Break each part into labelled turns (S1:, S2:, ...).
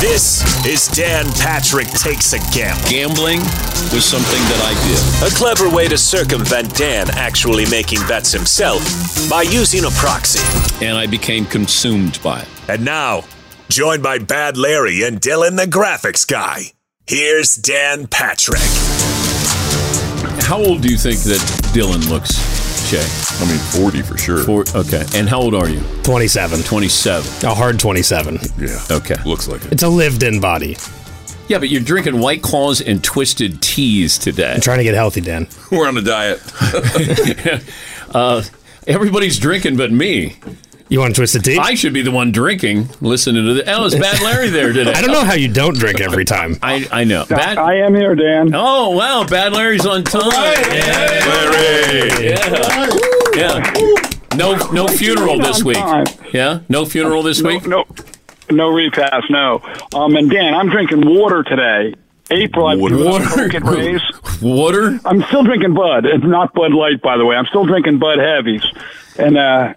S1: This is Dan Patrick Takes a Gamble.
S2: Gambling was something that I did.
S1: A clever way to circumvent Dan actually making bets himself by using a proxy.
S2: And I became consumed by it.
S1: And now, joined by Bad Larry and Dylan the graphics guy, here's Dan Patrick.
S2: How old do you think that Dylan looks, Jay?
S3: I mean, 40 for sure.
S2: Four, okay. And how old are you?
S4: 27.
S2: 27.
S4: A hard 27.
S3: Yeah.
S2: Okay.
S3: Looks like it.
S4: It's a lived in body.
S2: Yeah, but you're drinking White Claws and Twisted Teas today.
S4: I'm trying to get healthy, Dan.
S3: We're on a diet.
S2: uh, everybody's drinking but me.
S4: You want to twist the tea?
S2: I should be the one drinking, listening to the. Oh, it's Bad Larry there today.
S4: I don't know how you don't drink every time.
S2: I, I know. Bad,
S5: I am here, Dan.
S2: oh, wow. Bad Larry's on time. Yeah.
S3: Larry!
S2: Yeah. Yeah. No no funeral this week.
S5: Time.
S2: Yeah? No funeral this
S5: No,
S2: week?
S5: no, no repass, no. Um, and Dan, I'm drinking water today. April, I've
S3: Water.
S5: been doing
S2: Water.
S5: crooked ways.
S2: Water?
S5: I'm still drinking Bud. It's not Bud Light, by the way. I'm still drinking Bud Heavies, and uh,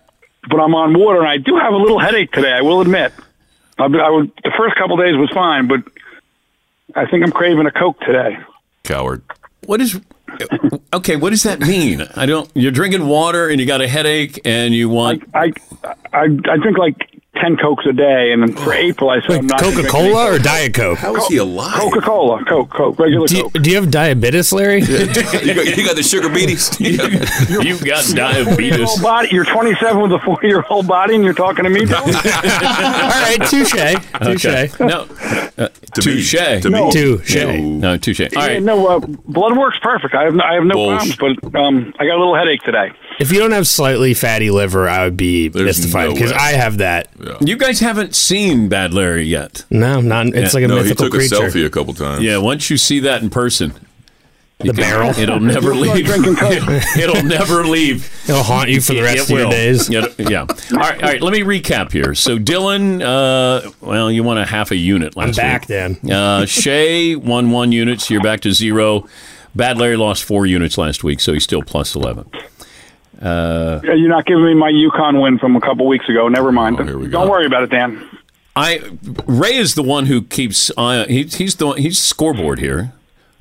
S5: but I'm on water, and I do have a little headache today. I will admit. I, I was, the first couple days was fine, but I think I'm craving a Coke today.
S3: Coward.
S2: What is Okay, what does that mean? I don't you're drinking water and you got a headache and you want
S5: I I I drink like ten Cokes a day, and
S2: Oh,
S5: for April, I said I'm not gonna
S4: Coca
S5: drink
S4: Cola or Diet Coke?
S3: How is he alive?
S5: any- Coca-Cola, Coke, Coke, regular
S4: Do you,
S5: Coke.
S4: do you have diabetes, Larry?
S3: you, got, you got the sugar beaties?
S2: you've got diabetes.
S5: Old body, you're 27 with a four-year-old body, and you're talking to me. Bill?
S4: All right, touche. Touche.
S2: Okay. No. Uh,
S3: To me.
S2: touche.
S3: To me.
S4: Touche.
S2: No, touche. All
S5: Yeah,
S2: right.
S5: no, uh, blood works perfect. I have no, I have no
S3: Bullsh.
S5: problems, but um, I got a little headache today.
S4: If you don't have slightly fatty liver, I would be
S3: There's
S4: mystified
S3: no
S4: because
S3: way.
S4: I have that.
S2: You guys haven't seen Bad Larry yet.
S4: No, not. It's like a
S3: No, he
S4: mythical
S3: took a
S4: creature.
S3: selfie a couple times.
S2: Yeah, once you see that in person,
S4: the barrel.
S2: it'll never leave.
S5: drinking Coke.
S2: it'll never leave.
S4: It'll haunt you for the
S2: It-
S4: rest of
S2: it
S4: your
S2: will.
S4: days.
S2: Yeah, yeah. All right. All right. Let me recap here. So Dylan, uh, well, you won a half a unit last
S4: I'm back,
S2: week.
S4: Dan.
S2: Uh, Shay won one unit, so you're back to zero. Bad Larry lost four units last week, so he's still plus eleven.
S5: Yeah, Uh, You're not giving me my Yukon win from a couple weeks ago. Never mind.
S3: Oh, here we go.
S5: Don't worry about it, Dan.
S2: I Ray is the one who keeps. Uh, he, he's the he's scoreboard here.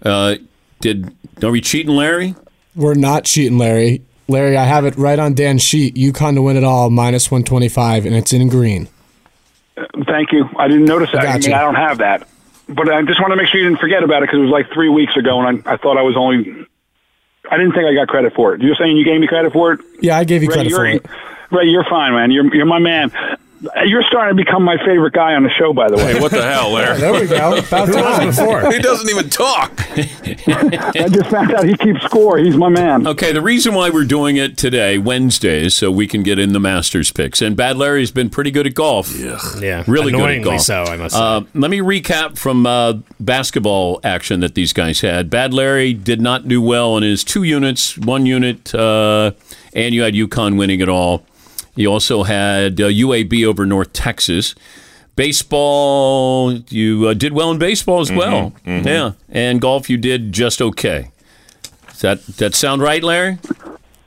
S2: Uh, did are we cheating, Larry?
S6: We're not cheating, Larry. Larry, I have it right on Dan's sheet. UConn to win it all, minus 125, and it's in green.
S5: Thank you. I didn't notice that. I
S6: Gotcha.
S5: mean, I don't have that. but I just want to make sure you didn't forget about it because it was like three weeks ago, and I, I thought I was only. I didn't think I got credit for it. You're saying you gave me credit for it?
S7: Yeah, I gave you
S5: Ray,
S7: credit for
S5: you're-
S7: it.
S5: Ray, you're fine, man. You're you're my man. You're starting to become my favorite guy on the show, by the way.
S3: Hey, what the hell, Larry?
S5: There we go. About
S3: Who
S5: time.
S3: was it for? He doesn't even talk.
S5: I just found out he keeps score. He's my man.
S2: Okay, the reason why we're doing it today, Wednesday, is so we can get in the Masters picks. And Bad Larry's been pretty good at golf.
S4: Yeah,
S2: Really good at
S4: annoyingly
S2: golf.
S4: so, I must say.
S2: Uh, let me recap from uh, basketball action that these guys had. Bad Larry did not do well on his two units, one unit, uh, and you had UConn winning it all. You also had uh, UAB over North Texas. Baseball, you uh, did well in baseball as well.
S3: mhm.
S2: Yeah, and golf, you did just okay. Does that that sound right, Larry?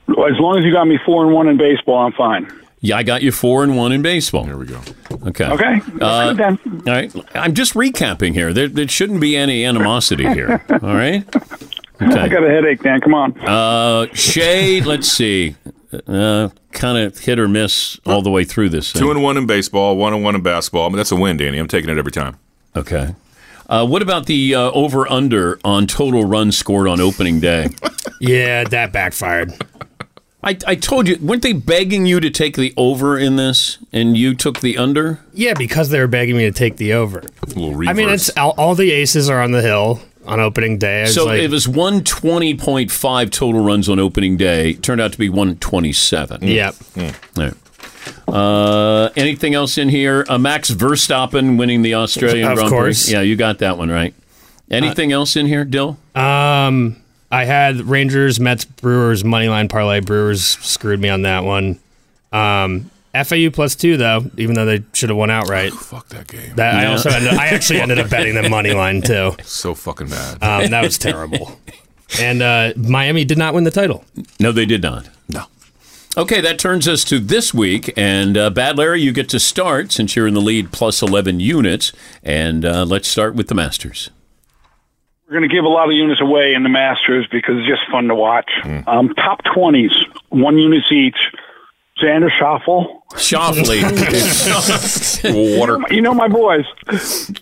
S5: Well, as long as you got me four and one in baseball, I'm fine.
S2: Yeah, I got you four and one in baseball. There we go. Okay.
S5: Okay.
S2: Uh,
S5: That's good
S2: all right. I'm just recapping here. There, there shouldn't be any animosity here. All right.
S5: I got a headache, Dan. Come on.
S2: Uh, Shay, let's see. Uh, kind of hit or miss all the way through this.
S3: Two
S2: Thing.
S3: and one in baseball, one and one in basketball. I mean, that's a win, Danny. I'm taking it every time.
S2: Okay. Uh, what about the uh, over under on total runs scored on opening day?
S4: Yeah, that backfired.
S2: I, I told you, weren't they begging you to take the over in this, and you took the under?
S4: Yeah, because they were begging me to take the over.
S2: reverse.
S4: I mean, it's all, all the aces are on the hill on opening day. It's
S2: So
S4: like-
S2: it was 120.5 total runs on opening day. It turned out to be 127.
S4: Yep.
S2: All right. Uh, anything else in here? Uh, Max Verstappen winning the Australian
S4: Of
S2: Grand
S4: course.
S2: Prix. Yeah, you got that one right. Anything else in here, Dill?
S4: Um, I had Rangers, Mets, Brewers, moneyline parlay. Brewers screwed me on that one. Um, FAU plus two though, even though they should have won outright. fuck that game. That I
S3: Yeah.
S4: also ended, I actually ended up betting them money line too.
S3: So fucking bad.
S4: Um, that was terrible. And uh, Miami did not win the title.
S2: No, they did not.
S3: No.
S2: Okay, that turns us to this week. And uh, Bad Larry, you get to start since you're in the lead plus 11 units. And uh, let's start with the Masters.
S5: We're going to give a lot of units away in the Masters because it's just fun to watch. Um, top 20s, one units each. Xander Shuffle.
S2: Shoffley.
S5: Water. You know my boys.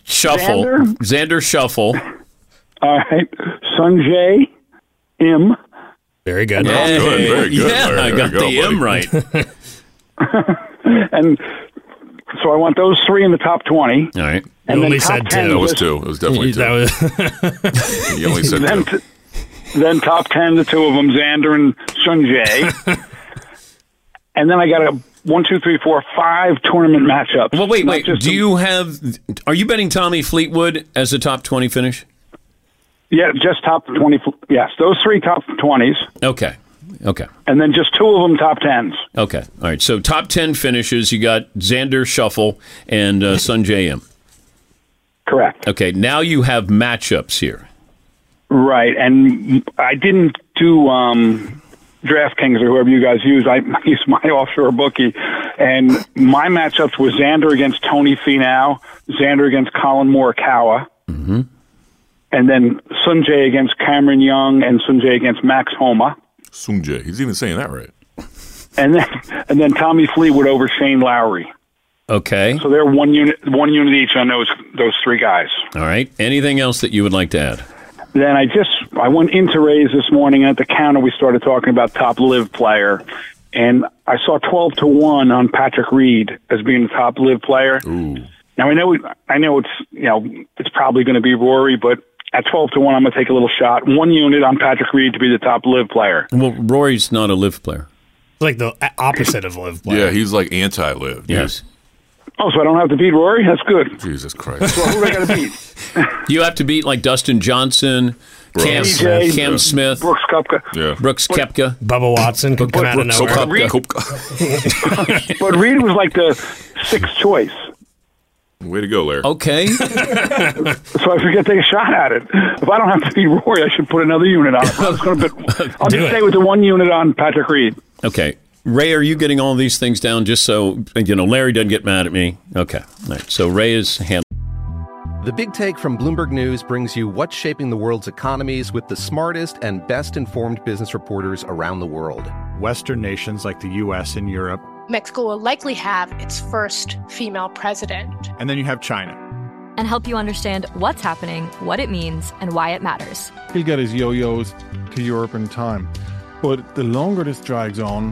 S2: Shuffle.
S5: Xander?
S2: Xander, Shuffle.
S5: All right. Sunjay M.
S4: Very good.
S2: Hey,
S3: good, very good,
S2: Yeah,
S3: Larry.
S2: I
S3: There
S2: got
S3: you go,
S2: the M right.
S5: And so I want those three in the top 20.
S2: All right.
S5: And
S4: You
S5: then
S4: only
S5: top
S4: said
S5: 10
S4: two. That was
S5: just-
S3: Two. It was definitely two.
S4: That was
S3: He only said
S5: then,
S3: two.
S5: t- then top 10, the two of them, Xander and Sunjay. and then I got a one, two, three, four, five tournament matchup.
S2: Well, wait, wait. Do you have? Are you betting Tommy Fleetwood as a top twenty finish?
S5: Yeah, just top 20. fl- Yes, those three top 20s,
S2: Okay, okay,
S5: and then just two of them top 10s.
S2: okay. All right. So top ten finishes. You got Xander Shuffle and uh, Sun JM.
S5: Correct.
S2: Okay. Now you have matchups here.
S5: Right. And I didn't do um, DraftKings or whoever you guys use. I used my offshore bookie. And my matchups were Xander against Tony Finau, Xander against Colin Morikawa, and then Sunjay against Cameron Young and Sunjay against Max Homa.
S3: Sunjay. He's even saying that right.
S5: And then, and then Tommy Fleetwood over Shane Lowry.
S2: Okay.
S5: So they're one unit, one unit each on those those three guys.
S2: All right. Anything else that you would like to add?
S5: Then I just I went into Rays this morning and at the counter we started talking about top live player, and I saw twelve to one on Patrick Reed as being the top live player. Now I know I know it's you know it's probably going to be Rory, but at twelve to one I'm going to take a little shot, one unit on Patrick Reed to be the top live player.
S2: Well, Rory's not a live player.
S4: like the opposite of live.
S3: Yeah, he's like anti-live.
S2: Yes.
S5: Oh, so I don't have to beat Rory? That's good.
S3: Jesus Christ.
S5: So who do I got to beat?
S2: You have to beat like Dustin Johnson, Cam,
S5: DJ.
S2: Cam Smith,
S5: Brooks Koepka.
S3: Yeah.
S2: Brooks Kepka.
S4: Bubba Watson could come out of
S2: Brooks
S4: nowhere.
S2: Koepka.
S5: But Reed was like the sixth choice,
S3: Way to go, Larry.
S2: Okay.
S5: so I forget to take a shot at it. If I don't have to beat Rory, I should put another unit on. it. I was gonna put- I'll
S2: Do
S5: just
S2: it.
S5: stay with the one unit on Patrick Reed.
S2: Okay. Ray, are you getting all these things down just so, you know, Larry doesn't get mad at me? Okay. All right. So Ray is handling.
S8: The Big Take from Bloomberg News brings you what's shaping the world's economies with the smartest and best informed business reporters around the world.
S9: Western nations like the US and Europe.
S10: Mexico will likely have its first female president.
S9: And then you have China.
S11: and help you understand what's happening, what it means, and why it matters.
S10: He'll get his yo-yos to Europe in time. But the longer this drags on,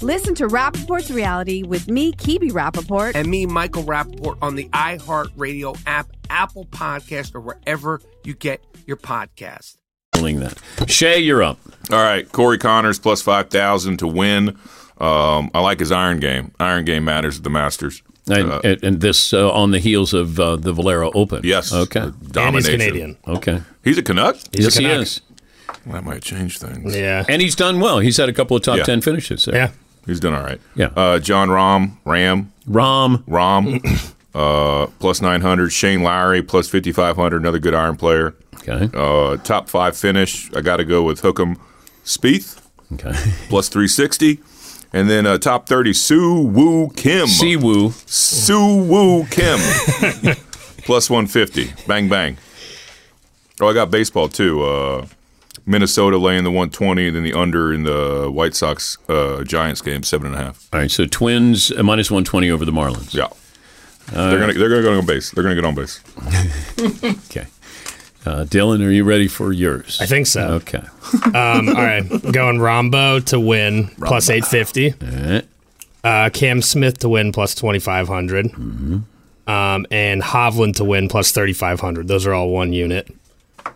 S12: Listen to Rappaport's reality with me, Kibi Rappaport.
S13: And me, Michael Rappaport, on the iHeartRadio app, Apple Podcast, or wherever you get your podcast.
S2: Doing that. Shay, you're up.
S3: All right, Corey Connors plus five thousand to win. Um, I like his iron game. Iron game matters at the Masters.
S2: And,
S3: Uh,
S2: and, and this uh, on the heels of uh, the Valero Open. Yes. Okay.
S3: domination. Canadian.
S2: Okay.
S3: He's a Canuck.
S2: He's yes, he is.
S3: That might change things.
S2: And he's done well. He's had a couple of top
S3: Yeah.
S2: ten finishes. There.
S3: Yeah. He's done all right.
S2: Yeah.
S3: Uh, John Rom, Ram.
S2: Rom.
S3: Rom. uh, plus 900. Shane Lowry, plus 5,500. Another good iron player.
S2: Okay.
S3: Uh, top five finish. I got to go with Hookem Spieth.
S2: Okay.
S3: plus 360. And then uh, top 30, Soo Woo Kim. Si
S2: Woo.
S3: Soo Woo Kim. plus 150. Bang, bang. Oh, I got baseball too. Uh, Minnesota laying the 120, then the under in the White Sox uh, Giants game, seven and a half.
S2: All right. So Twins uh, minus one twenty over the Marlins.
S3: Yeah. they're gonna they're gonna go on base. They're gonna get on base.
S2: Okay. Uh, Dylan, are you ready for yours? I think so. Okay.
S4: Um, all right, going Rombo to win plus eight fifty. Uh, Cam Smith to win plus twenty Um, and Hovland to win plus thirty five hundred. Those are all one unit.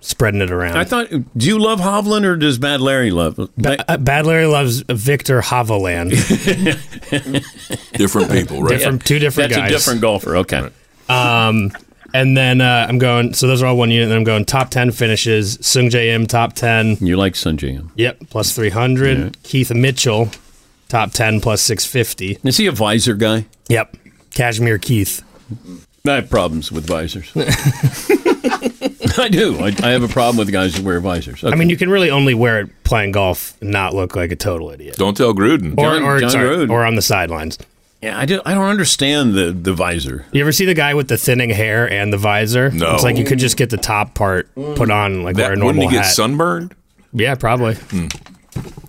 S4: Spreading it around.
S2: I thought. Do you love Hovland or does Bad Larry love?
S4: Ba- uh, Bad Larry loves Victor Hovland.
S3: Different people,
S4: right? Different- two different
S2: That's
S4: guys.
S2: a different golfer. Okay.
S4: Um, and then uh, I'm going. So those are all one unit. And then I'm going top ten finishes. Sung J M top ten.
S2: You like Sung J M?
S4: Yep, plus three hundred. Keith Mitchell, top ten plus six fifty.
S2: Is he a visor guy?
S4: Yep, Cashmere Keith.
S2: I have problems with visors. I do. I, I have a problem with guys who wear visors.
S4: I mean, you can really only wear it playing golf and not look like a total idiot.
S3: Don't tell Gruden.
S4: Or, or, sorry, or on the sidelines.
S2: Yeah, I, do, I don't understand the, the visor.
S4: You ever see the guy with the thinning hair and the visor?
S3: No.
S4: It's like you could just get the top part put on, like wear a
S3: That,
S4: normal
S3: wouldn't he get
S4: hat.
S3: sunburned? Hmm.
S4: Yeah, probably.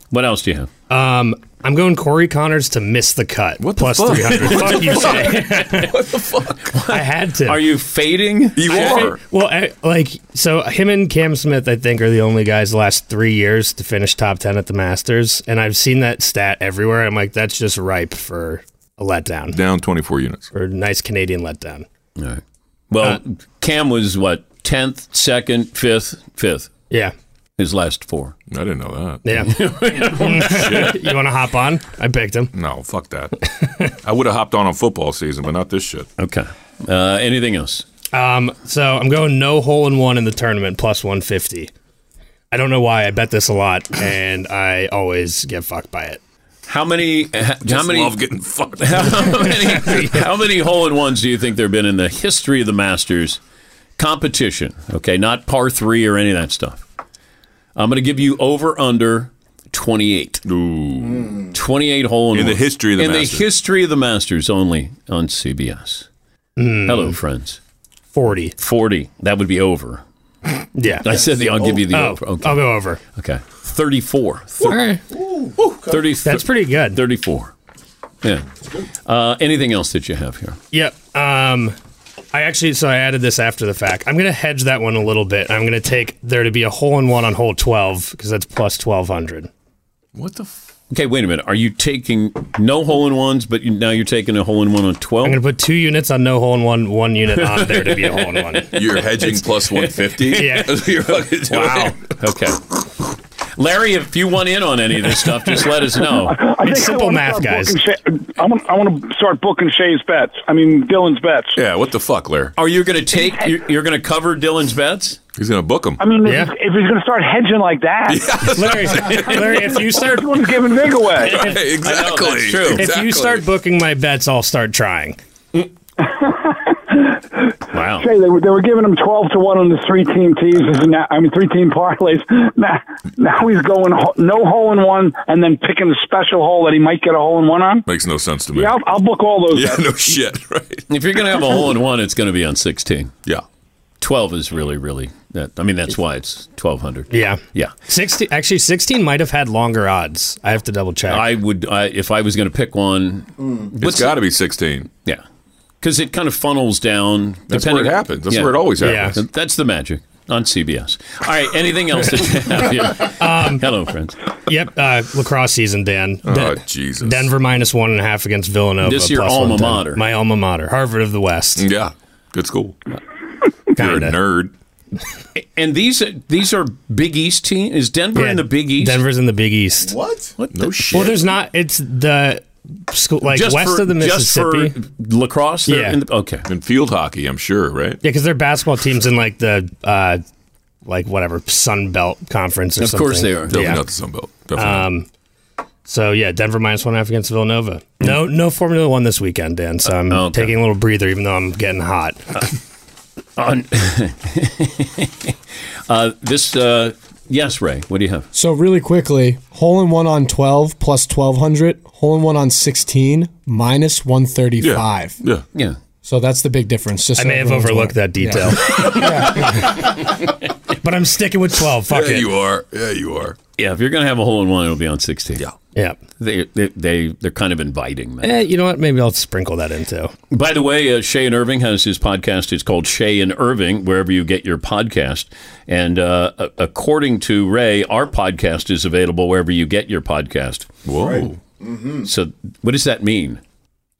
S2: What else do you have?
S4: Um, I'm going Corey Connors to miss the cut. What plus
S2: fuck?
S4: 300?
S2: What
S4: fuck
S2: the
S4: you,
S2: fuck?
S4: Jay. I had to.
S2: Are you fading? You
S4: I- Well, I, like so, him and Cam Smith, I think, are the only guys the last three years to finish top ten at the Masters, and I've seen that stat everywhere. I'm like, that's just ripe for a letdown,
S3: Down 24 units.
S4: for a nice Canadian letdown.
S2: All right. Well, Cam was what tenth, second, fifth, fifth.
S4: Yeah.
S2: His last four.
S3: I didn't know that.
S4: Yeah. you want to hop on? I picked him.
S3: No, fuck that. I would have hopped on on football season, but not this shit.
S2: Okay. Uh, anything else?
S4: Um, so I'm going no hole in one in the tournament plus 150. I don't know why I bet this a lot, and I always get fucked by it.
S2: How many? how many?
S3: love getting fucked.
S2: How many, how many hole in ones do you think there have been in the history of the Masters competition? Okay, not par three or any of that stuff. I'm going to give you over under 28.
S3: Ooh.
S2: 28 hole in
S3: In the history of the
S2: in
S3: Masters.
S2: the history of the Masters only on CBS.
S4: Mm.
S2: Hello, friends.
S4: 40.
S2: 40. That would be over.
S4: Yeah.
S2: I said the, I'll give you the
S4: Oh,
S2: over. Okay.
S4: I'll go over.
S2: Okay. 34.
S4: Thirty.
S2: 30,
S4: That's pretty good.
S2: 34. Yeah. Uh, anything else that you have here?
S4: Yep. Um, I actually, so I added this after the fact. I'm going to hedge that one a little bit. I'm going to take there to be a hole in one on hole 12 because that's plus 1200.
S3: What the? F-
S2: Okay, wait a minute. Are you taking no hole in ones, but you, now you're taking a hole in one on 12?
S4: I'm going to put two units on no hole in one, one unit on there to be a hole in one.
S3: You're hedging plus 150?
S4: Yeah.
S3: You're fucking doing
S2: Wow. Okay. Larry, if you want in on any of this stuff, just let us know.
S5: I think I wanna start booking Sha- I want, I want to start booking Shay's bets. I mean, Dylan's bets.
S3: Yeah, what the fuck, Larry?
S2: Are you going to take, you're, you're going to cover Dylan's bets?
S3: He's going to book him.
S5: I mean, if- if he's going to start hedging like that,
S4: Larry, Larry, if you start
S5: everyone's giving big away.
S3: exactly.
S2: that's true.
S4: If you start booking my bets, I'll start trying.
S2: Wow.
S5: Shay, they were, they were giving him 12 to 1 on the three team tees. And now, I mean, three team parlays. Now, now he's going ho- no hole in one and then picking a special hole that he might get a hole in one on.
S3: Makes no sense to me.
S5: Yeah, I'll, I'll book all those.
S3: Yeah,
S5: bets.
S3: no shit, right?
S2: If you're going to have a hole in one, it's going to be on 16.
S3: Yeah.
S2: 12 is really, really, that, I mean, that's why it's 1,200.
S4: Yeah.
S2: Yeah.
S4: 16, actually, 16 might have had longer odds. I have to double check.
S2: I would, I, if I was going to pick one,
S3: It's got to be 16.
S2: Yeah. Because it kind of funnels down.
S3: That's where
S2: depending
S3: it
S2: on-
S3: happens. That's where it always happens.
S2: Yeah. That's the magic on CBS. All right. Anything else that you have here? Hello, friends.
S4: Um, Yep. Uh, lacrosse season, Dan.
S3: Oh,
S4: Den-
S3: Jesus.
S4: Denver minus one and a half against Villanova.
S2: This your
S4: plus
S2: alma
S4: 110.
S2: mater.
S4: My alma mater. Harvard of the West.
S3: Yeah. Good school. You're a nerd.
S2: And these are- these are Big East team. Is Denver in the Big East?
S4: Denver's in the Big East.
S2: What? What?
S3: No
S2: the-
S3: shit.
S4: Well, there's not. It's the school, like
S2: Just
S4: west
S2: for-
S4: of the
S2: just for
S4: Mississippi.
S2: lacrosse. They're
S4: Yeah.
S2: In the, okay.
S3: And field hockey, I'm sure, right?
S4: Yeah, because their basketball team's in like the uh, like whatever Sun Belt conference or
S2: Of
S4: something.
S2: course they are.
S3: Definitely
S4: Yeah.
S3: not the Sun Belt. Definitely. not.
S4: Um, so yeah, Denver minus one and a half against Villanova. No, no Formula One this weekend, Dan. So I'm
S2: Oh, okay. Uh,
S4: taking a little breather, even though I'm getting hot.
S2: On, uh, this. Uh, yes, Ray. What do you have?
S6: So really quickly, hole in one on twelve plus twelve hundred, hole in one on sixteen minus one thirty five.
S3: Yeah.
S2: Yeah.
S6: So that's the big difference. Just
S4: I
S6: so
S4: may have
S6: everyone's
S4: overlooked
S6: aware.
S4: that detail, but I'm sticking with twelve. Fuck
S3: yeah,
S4: it.
S3: you are. Yeah, you are.
S2: Yeah. If you're going to have a hole in one, it'll be on 16. Yeah.
S4: yeah.
S2: They they they they're kind of inviting, man.
S4: Eh, you know what? Maybe I'll sprinkle that in too.
S2: By the way, uh, Shay and Irving has his podcast. It's called Shay and Irving, wherever you get your podcast. And uh, a- according to Ray, our podcast is available wherever you get your podcast. Mm-hmm.
S3: Whoa.
S2: So, what does that mean?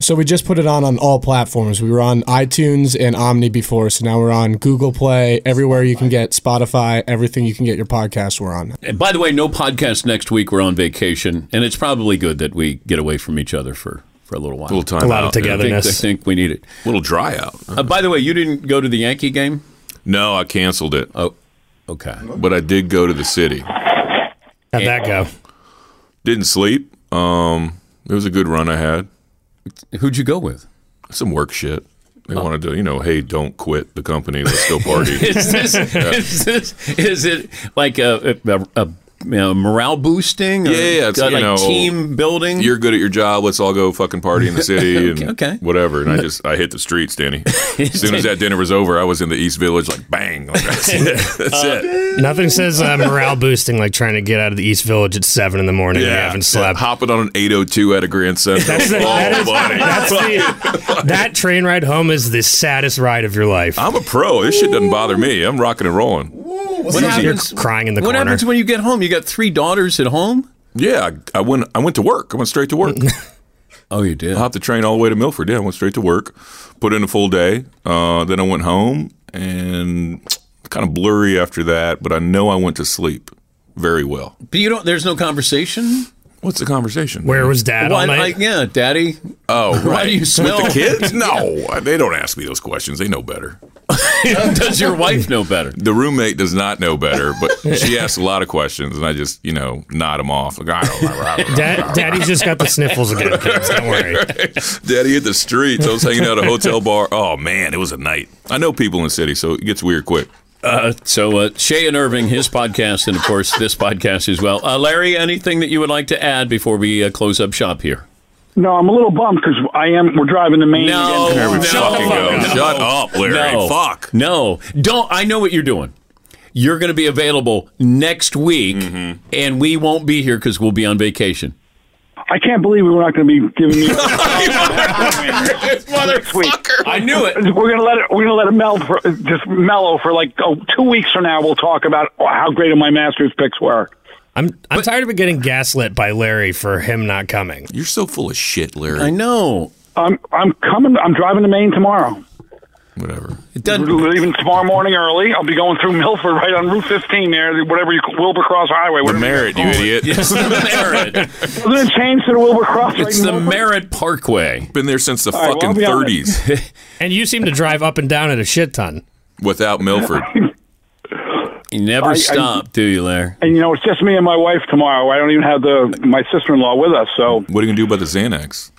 S6: So we just put it on on all platforms. We were on iTunes and Omni before, so now we're on Google Play, everywhere you can get Spotify, everything you can get your podcast, we're on.
S2: And by the way, no podcast next week. We're on vacation, and it's probably good that we get away from each other for, for a little while.
S3: A little time
S4: A lot
S3: out.
S4: of
S3: yeah.
S2: I, think, I
S4: togetherness.
S2: think we need it.
S3: A little dry out.
S2: Uh, by the way, you didn't go to the Yankee game?
S3: No, I canceled it.
S2: Oh, okay.
S3: But I did go to the city.
S4: How'd that go?
S3: Didn't sleep. Um, it was a good run I had.
S2: Who'd you go with?
S3: Some work shit. They wanted to, you know, hey, don't quit the company. Let's go party.
S2: is this
S3: Yeah.
S2: is this is it like a a, a, a you know, morale boosting? Or
S3: Yeah, yeah, it's,
S2: got,
S3: you
S2: like
S3: know,
S2: team building.
S3: You're good at your job. Let's all go fucking party in the city and
S2: Okay, okay.
S3: whatever. And I just I hit the streets, Danny. As soon as that dinner was over, I was in the East Village, like bang. Like, that's it. That's
S2: Uh,
S3: it.
S4: Nothing says uh, morale boosting like trying to get out of the East Village at seven in the morning. and you haven't slept.
S3: Hopping on an 802 at a Grand Central.
S4: That's the-
S3: oh,
S4: that is-
S3: buddy.
S4: that's the- that train ride home is the saddest ride of your life.
S3: I'm a pro. This shit doesn't bother me. I'm rocking and rolling.
S2: What happens?
S4: You're crying in the
S2: what
S4: corner.
S2: happens when you get home? You got three daughters at home.
S3: Yeah, I, I went. I went to work. I went straight to work.
S2: oh, you did.
S3: I hopped the train all the way to Milford. Yeah, I went straight to work. Put in a full day. Uh, then I went home and kind of blurry after that. But I know I went to sleep very well.
S2: But you don't. There's no conversation.
S3: What's the conversation?
S4: Where was Dad all
S2: Why-
S4: night?
S2: like, yeah, Daddy.
S3: Oh, right.
S2: Why do you smell?
S3: With the kids? No, they don't ask me those questions. They know better.
S2: Does your wife know better?
S3: The roommate does not know better, but she asks a lot of questions, and I just, you know, nod them off. Like, I don't know. I don't know.
S4: Dad, Daddy's just got the sniffles again, kids. Don't worry.
S3: Daddy hit the streets. I was hanging out at a hotel bar. Oh, man, it was a night. I know people in the city, so it gets weird quick.
S2: Uh, so uh, Shay and Irving, his podcast, and of course this podcast as well. Uh, Larry, anything that you would like to add before we uh, close up shop here?
S5: No, I'm a little bummed because I am. We're driving the main.
S2: No,
S5: again.
S2: no, no. No. No, don't. I know what you're doing. You're going to be available next week,
S3: Mm-hmm.
S2: and we won't be here because we'll be on vacation.
S5: I can't believe we're not going to be giving you.
S2: Motherfucker! I knew it.
S5: We're gonna let it. We're gonna let it melt for just mellow for like oh, two weeks from now. We'll talk about how great my Masters picks were.
S4: I'm I'm tired of getting gaslit by Larry for him not coming.
S3: You're so full of shit, Larry.
S2: I know.
S5: I'm I'm coming. I'm driving to Maine tomorrow.
S3: Whatever.
S2: It
S5: doesn't. We're leaving tomorrow morning early. I'll be going through Milford, right on Route 15 there, whatever you Wilbur Cross Highway.
S3: The merit, you idiot.
S2: It's the merit.
S5: Doesn't it change to the Wilbur Cross? right
S2: It's
S5: in
S2: the
S5: Milford?
S2: Merritt Parkway.
S3: Been there since the
S5: All right, well,
S3: fucking
S5: I'll be on it.
S3: 30s
S4: And you seem to drive up and down at a shit ton.
S3: without Milford.
S2: You never
S5: I- I-
S2: stop, do you, Larry?
S5: And you know, it's just me and my wife tomorrow. I don't even have the my sister in law with us, so
S3: What are you going to do about the Xanax?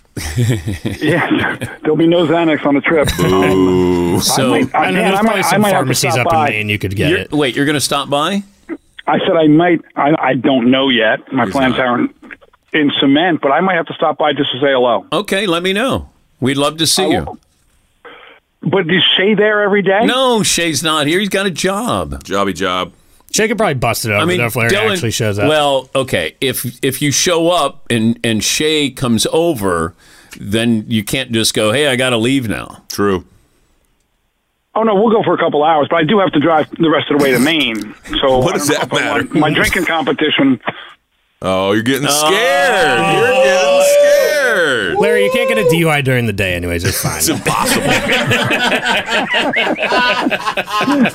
S5: yeah, there'll be no Xanax on the trip.
S3: Ooh.
S2: So-
S5: I might, I,
S2: I know
S5: man,
S2: there's
S5: I
S2: probably
S5: might, I
S2: some
S5: might have to
S2: pharmacies
S5: stop
S2: up in
S5: by.
S2: Maine you could get You're- it. wait, you're going to stop by?
S5: I said I might. I, I don't know yet. My plans aren't in cement, but I might have to stop by just to say hello.
S2: Okay, let me know. We'd love to see you.
S5: But is Shay there every day?
S2: No, Shay's not here. He's got a job.
S3: Jobby job.
S4: Shay could probably bust it over if Larry actually shows up.
S2: Well, okay. If if you show up and and Shay comes over, then you can't just go. Hey, I got to leave now.
S3: True.
S5: Oh no, we'll go for a couple hours, but I do have to drive the rest of the way to Maine. So
S3: What
S5: I
S3: does
S5: don't know
S3: that
S5: if I want-
S3: matter?
S5: My drinking competition.
S3: Oh, you're getting scared. You're getting
S2: Oh.
S3: scared.
S4: Larry, you can't get a DUI during the day, anyways. It's fine. it's
S3: impossible.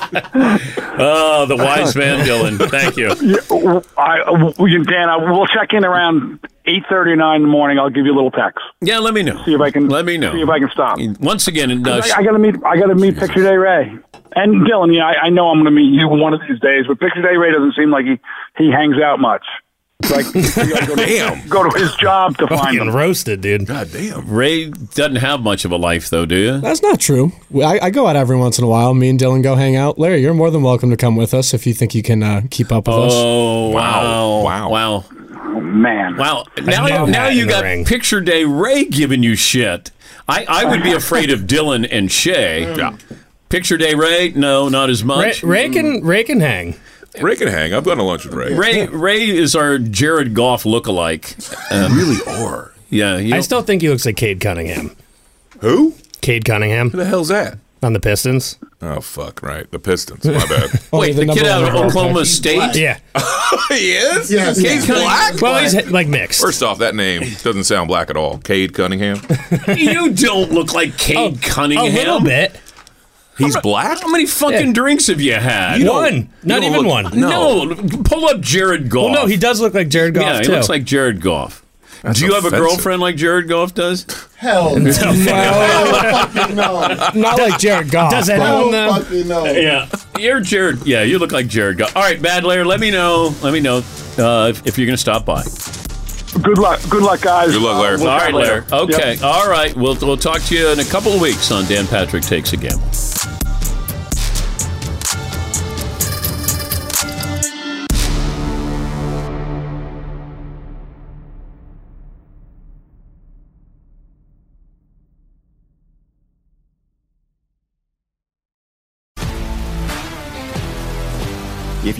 S2: Oh, the wise man, Dylan. Thank you.
S5: Yeah, w- I, w- Dan, I, we'll check in around eight thirty or nine in the morning. I'll give you a little text.
S2: Yeah, let me know.
S5: See if I can.
S2: Let me know.
S5: See if I can stop.
S2: Once again, and, uh,
S5: I, I gotta meet. I gotta meet Picture Day Ray and Dylan. Yeah, I, I know I'm gonna meet you one of these days, but Picture Day Ray doesn't seem like he he hangs out much. Like, you gotta go to,
S3: Damn.
S5: go to his job to find him.
S4: Fucking roasted, dude.
S3: God damn.
S2: Ray doesn't have much of a life, though, do you?
S6: That's not true. We- I, I go out every once in a while. Me and Dylan go hang out. Larry, you're more than welcome to come with us if you think you can uh, keep up with us.
S2: Oh wow!
S6: Wow.
S2: Wow! Wow!
S5: Oh, man!
S2: Wow! Now, you, now you got picture day Ray giving you shit. I, I would be afraid of Dylan and Shay. Picture day Ray, no, not as
S4: Ray,
S2: much.
S4: Ray can Ray can hang.
S3: Ray can hang. I've gone to lunch with Ray.
S2: Ray Ray is our Jared Goff lookalike. Um,
S3: really are.
S2: Yeah, you
S4: I
S2: know-
S4: still think he looks like Cade Cunningham.
S3: Who?
S4: Cade Cunningham. Who
S3: the hell's that?
S4: On the Pistons.
S3: Oh fuck! Right, the Pistons. My bad.
S2: Wait, the, kid out of Oklahoma State.
S4: Yeah.
S3: he is.
S2: Yes.
S3: Cade
S2: Yes.
S3: Cunningham.
S2: Well, he's,
S4: like mixed.
S3: First off, that name doesn't sound black at all. Cade Cunningham.
S2: you don't look like Cade
S5: Oh.
S2: Cunningham.
S4: A little bit.
S3: He's black.
S2: How many fucking drinks have you had?
S4: You don't- One. Not
S2: you don't
S4: even
S2: look-
S4: one.
S2: No. Pull up Jared Goff.
S4: Well, no, he does look like Jared Goff
S2: yeah, he
S4: too.
S2: looks like Jared Goff.
S4: That's
S2: Do you have a
S4: offensive.
S2: girlfriend like Jared Goff does?
S14: Hell no. no.
S6: Not like Jared Goff.
S4: Does that
S14: Hell
S4: own them?
S14: fucking no.
S2: Yeah, you're Jared. Yeah, you look like Jared Goff. All right, Bad Layer, let me know. Let me know uh, if, if you're going to stop by.
S5: Good luck. Good luck, guys.
S3: Good luck, Larry.
S5: We'll
S2: all
S5: talk
S2: right, Larry.
S5: later.
S2: Okay.
S5: Yep.
S2: All right. We'll, we'll talk to you in a couple of weeks on Dan Patrick Takes a Gamble.
S15: If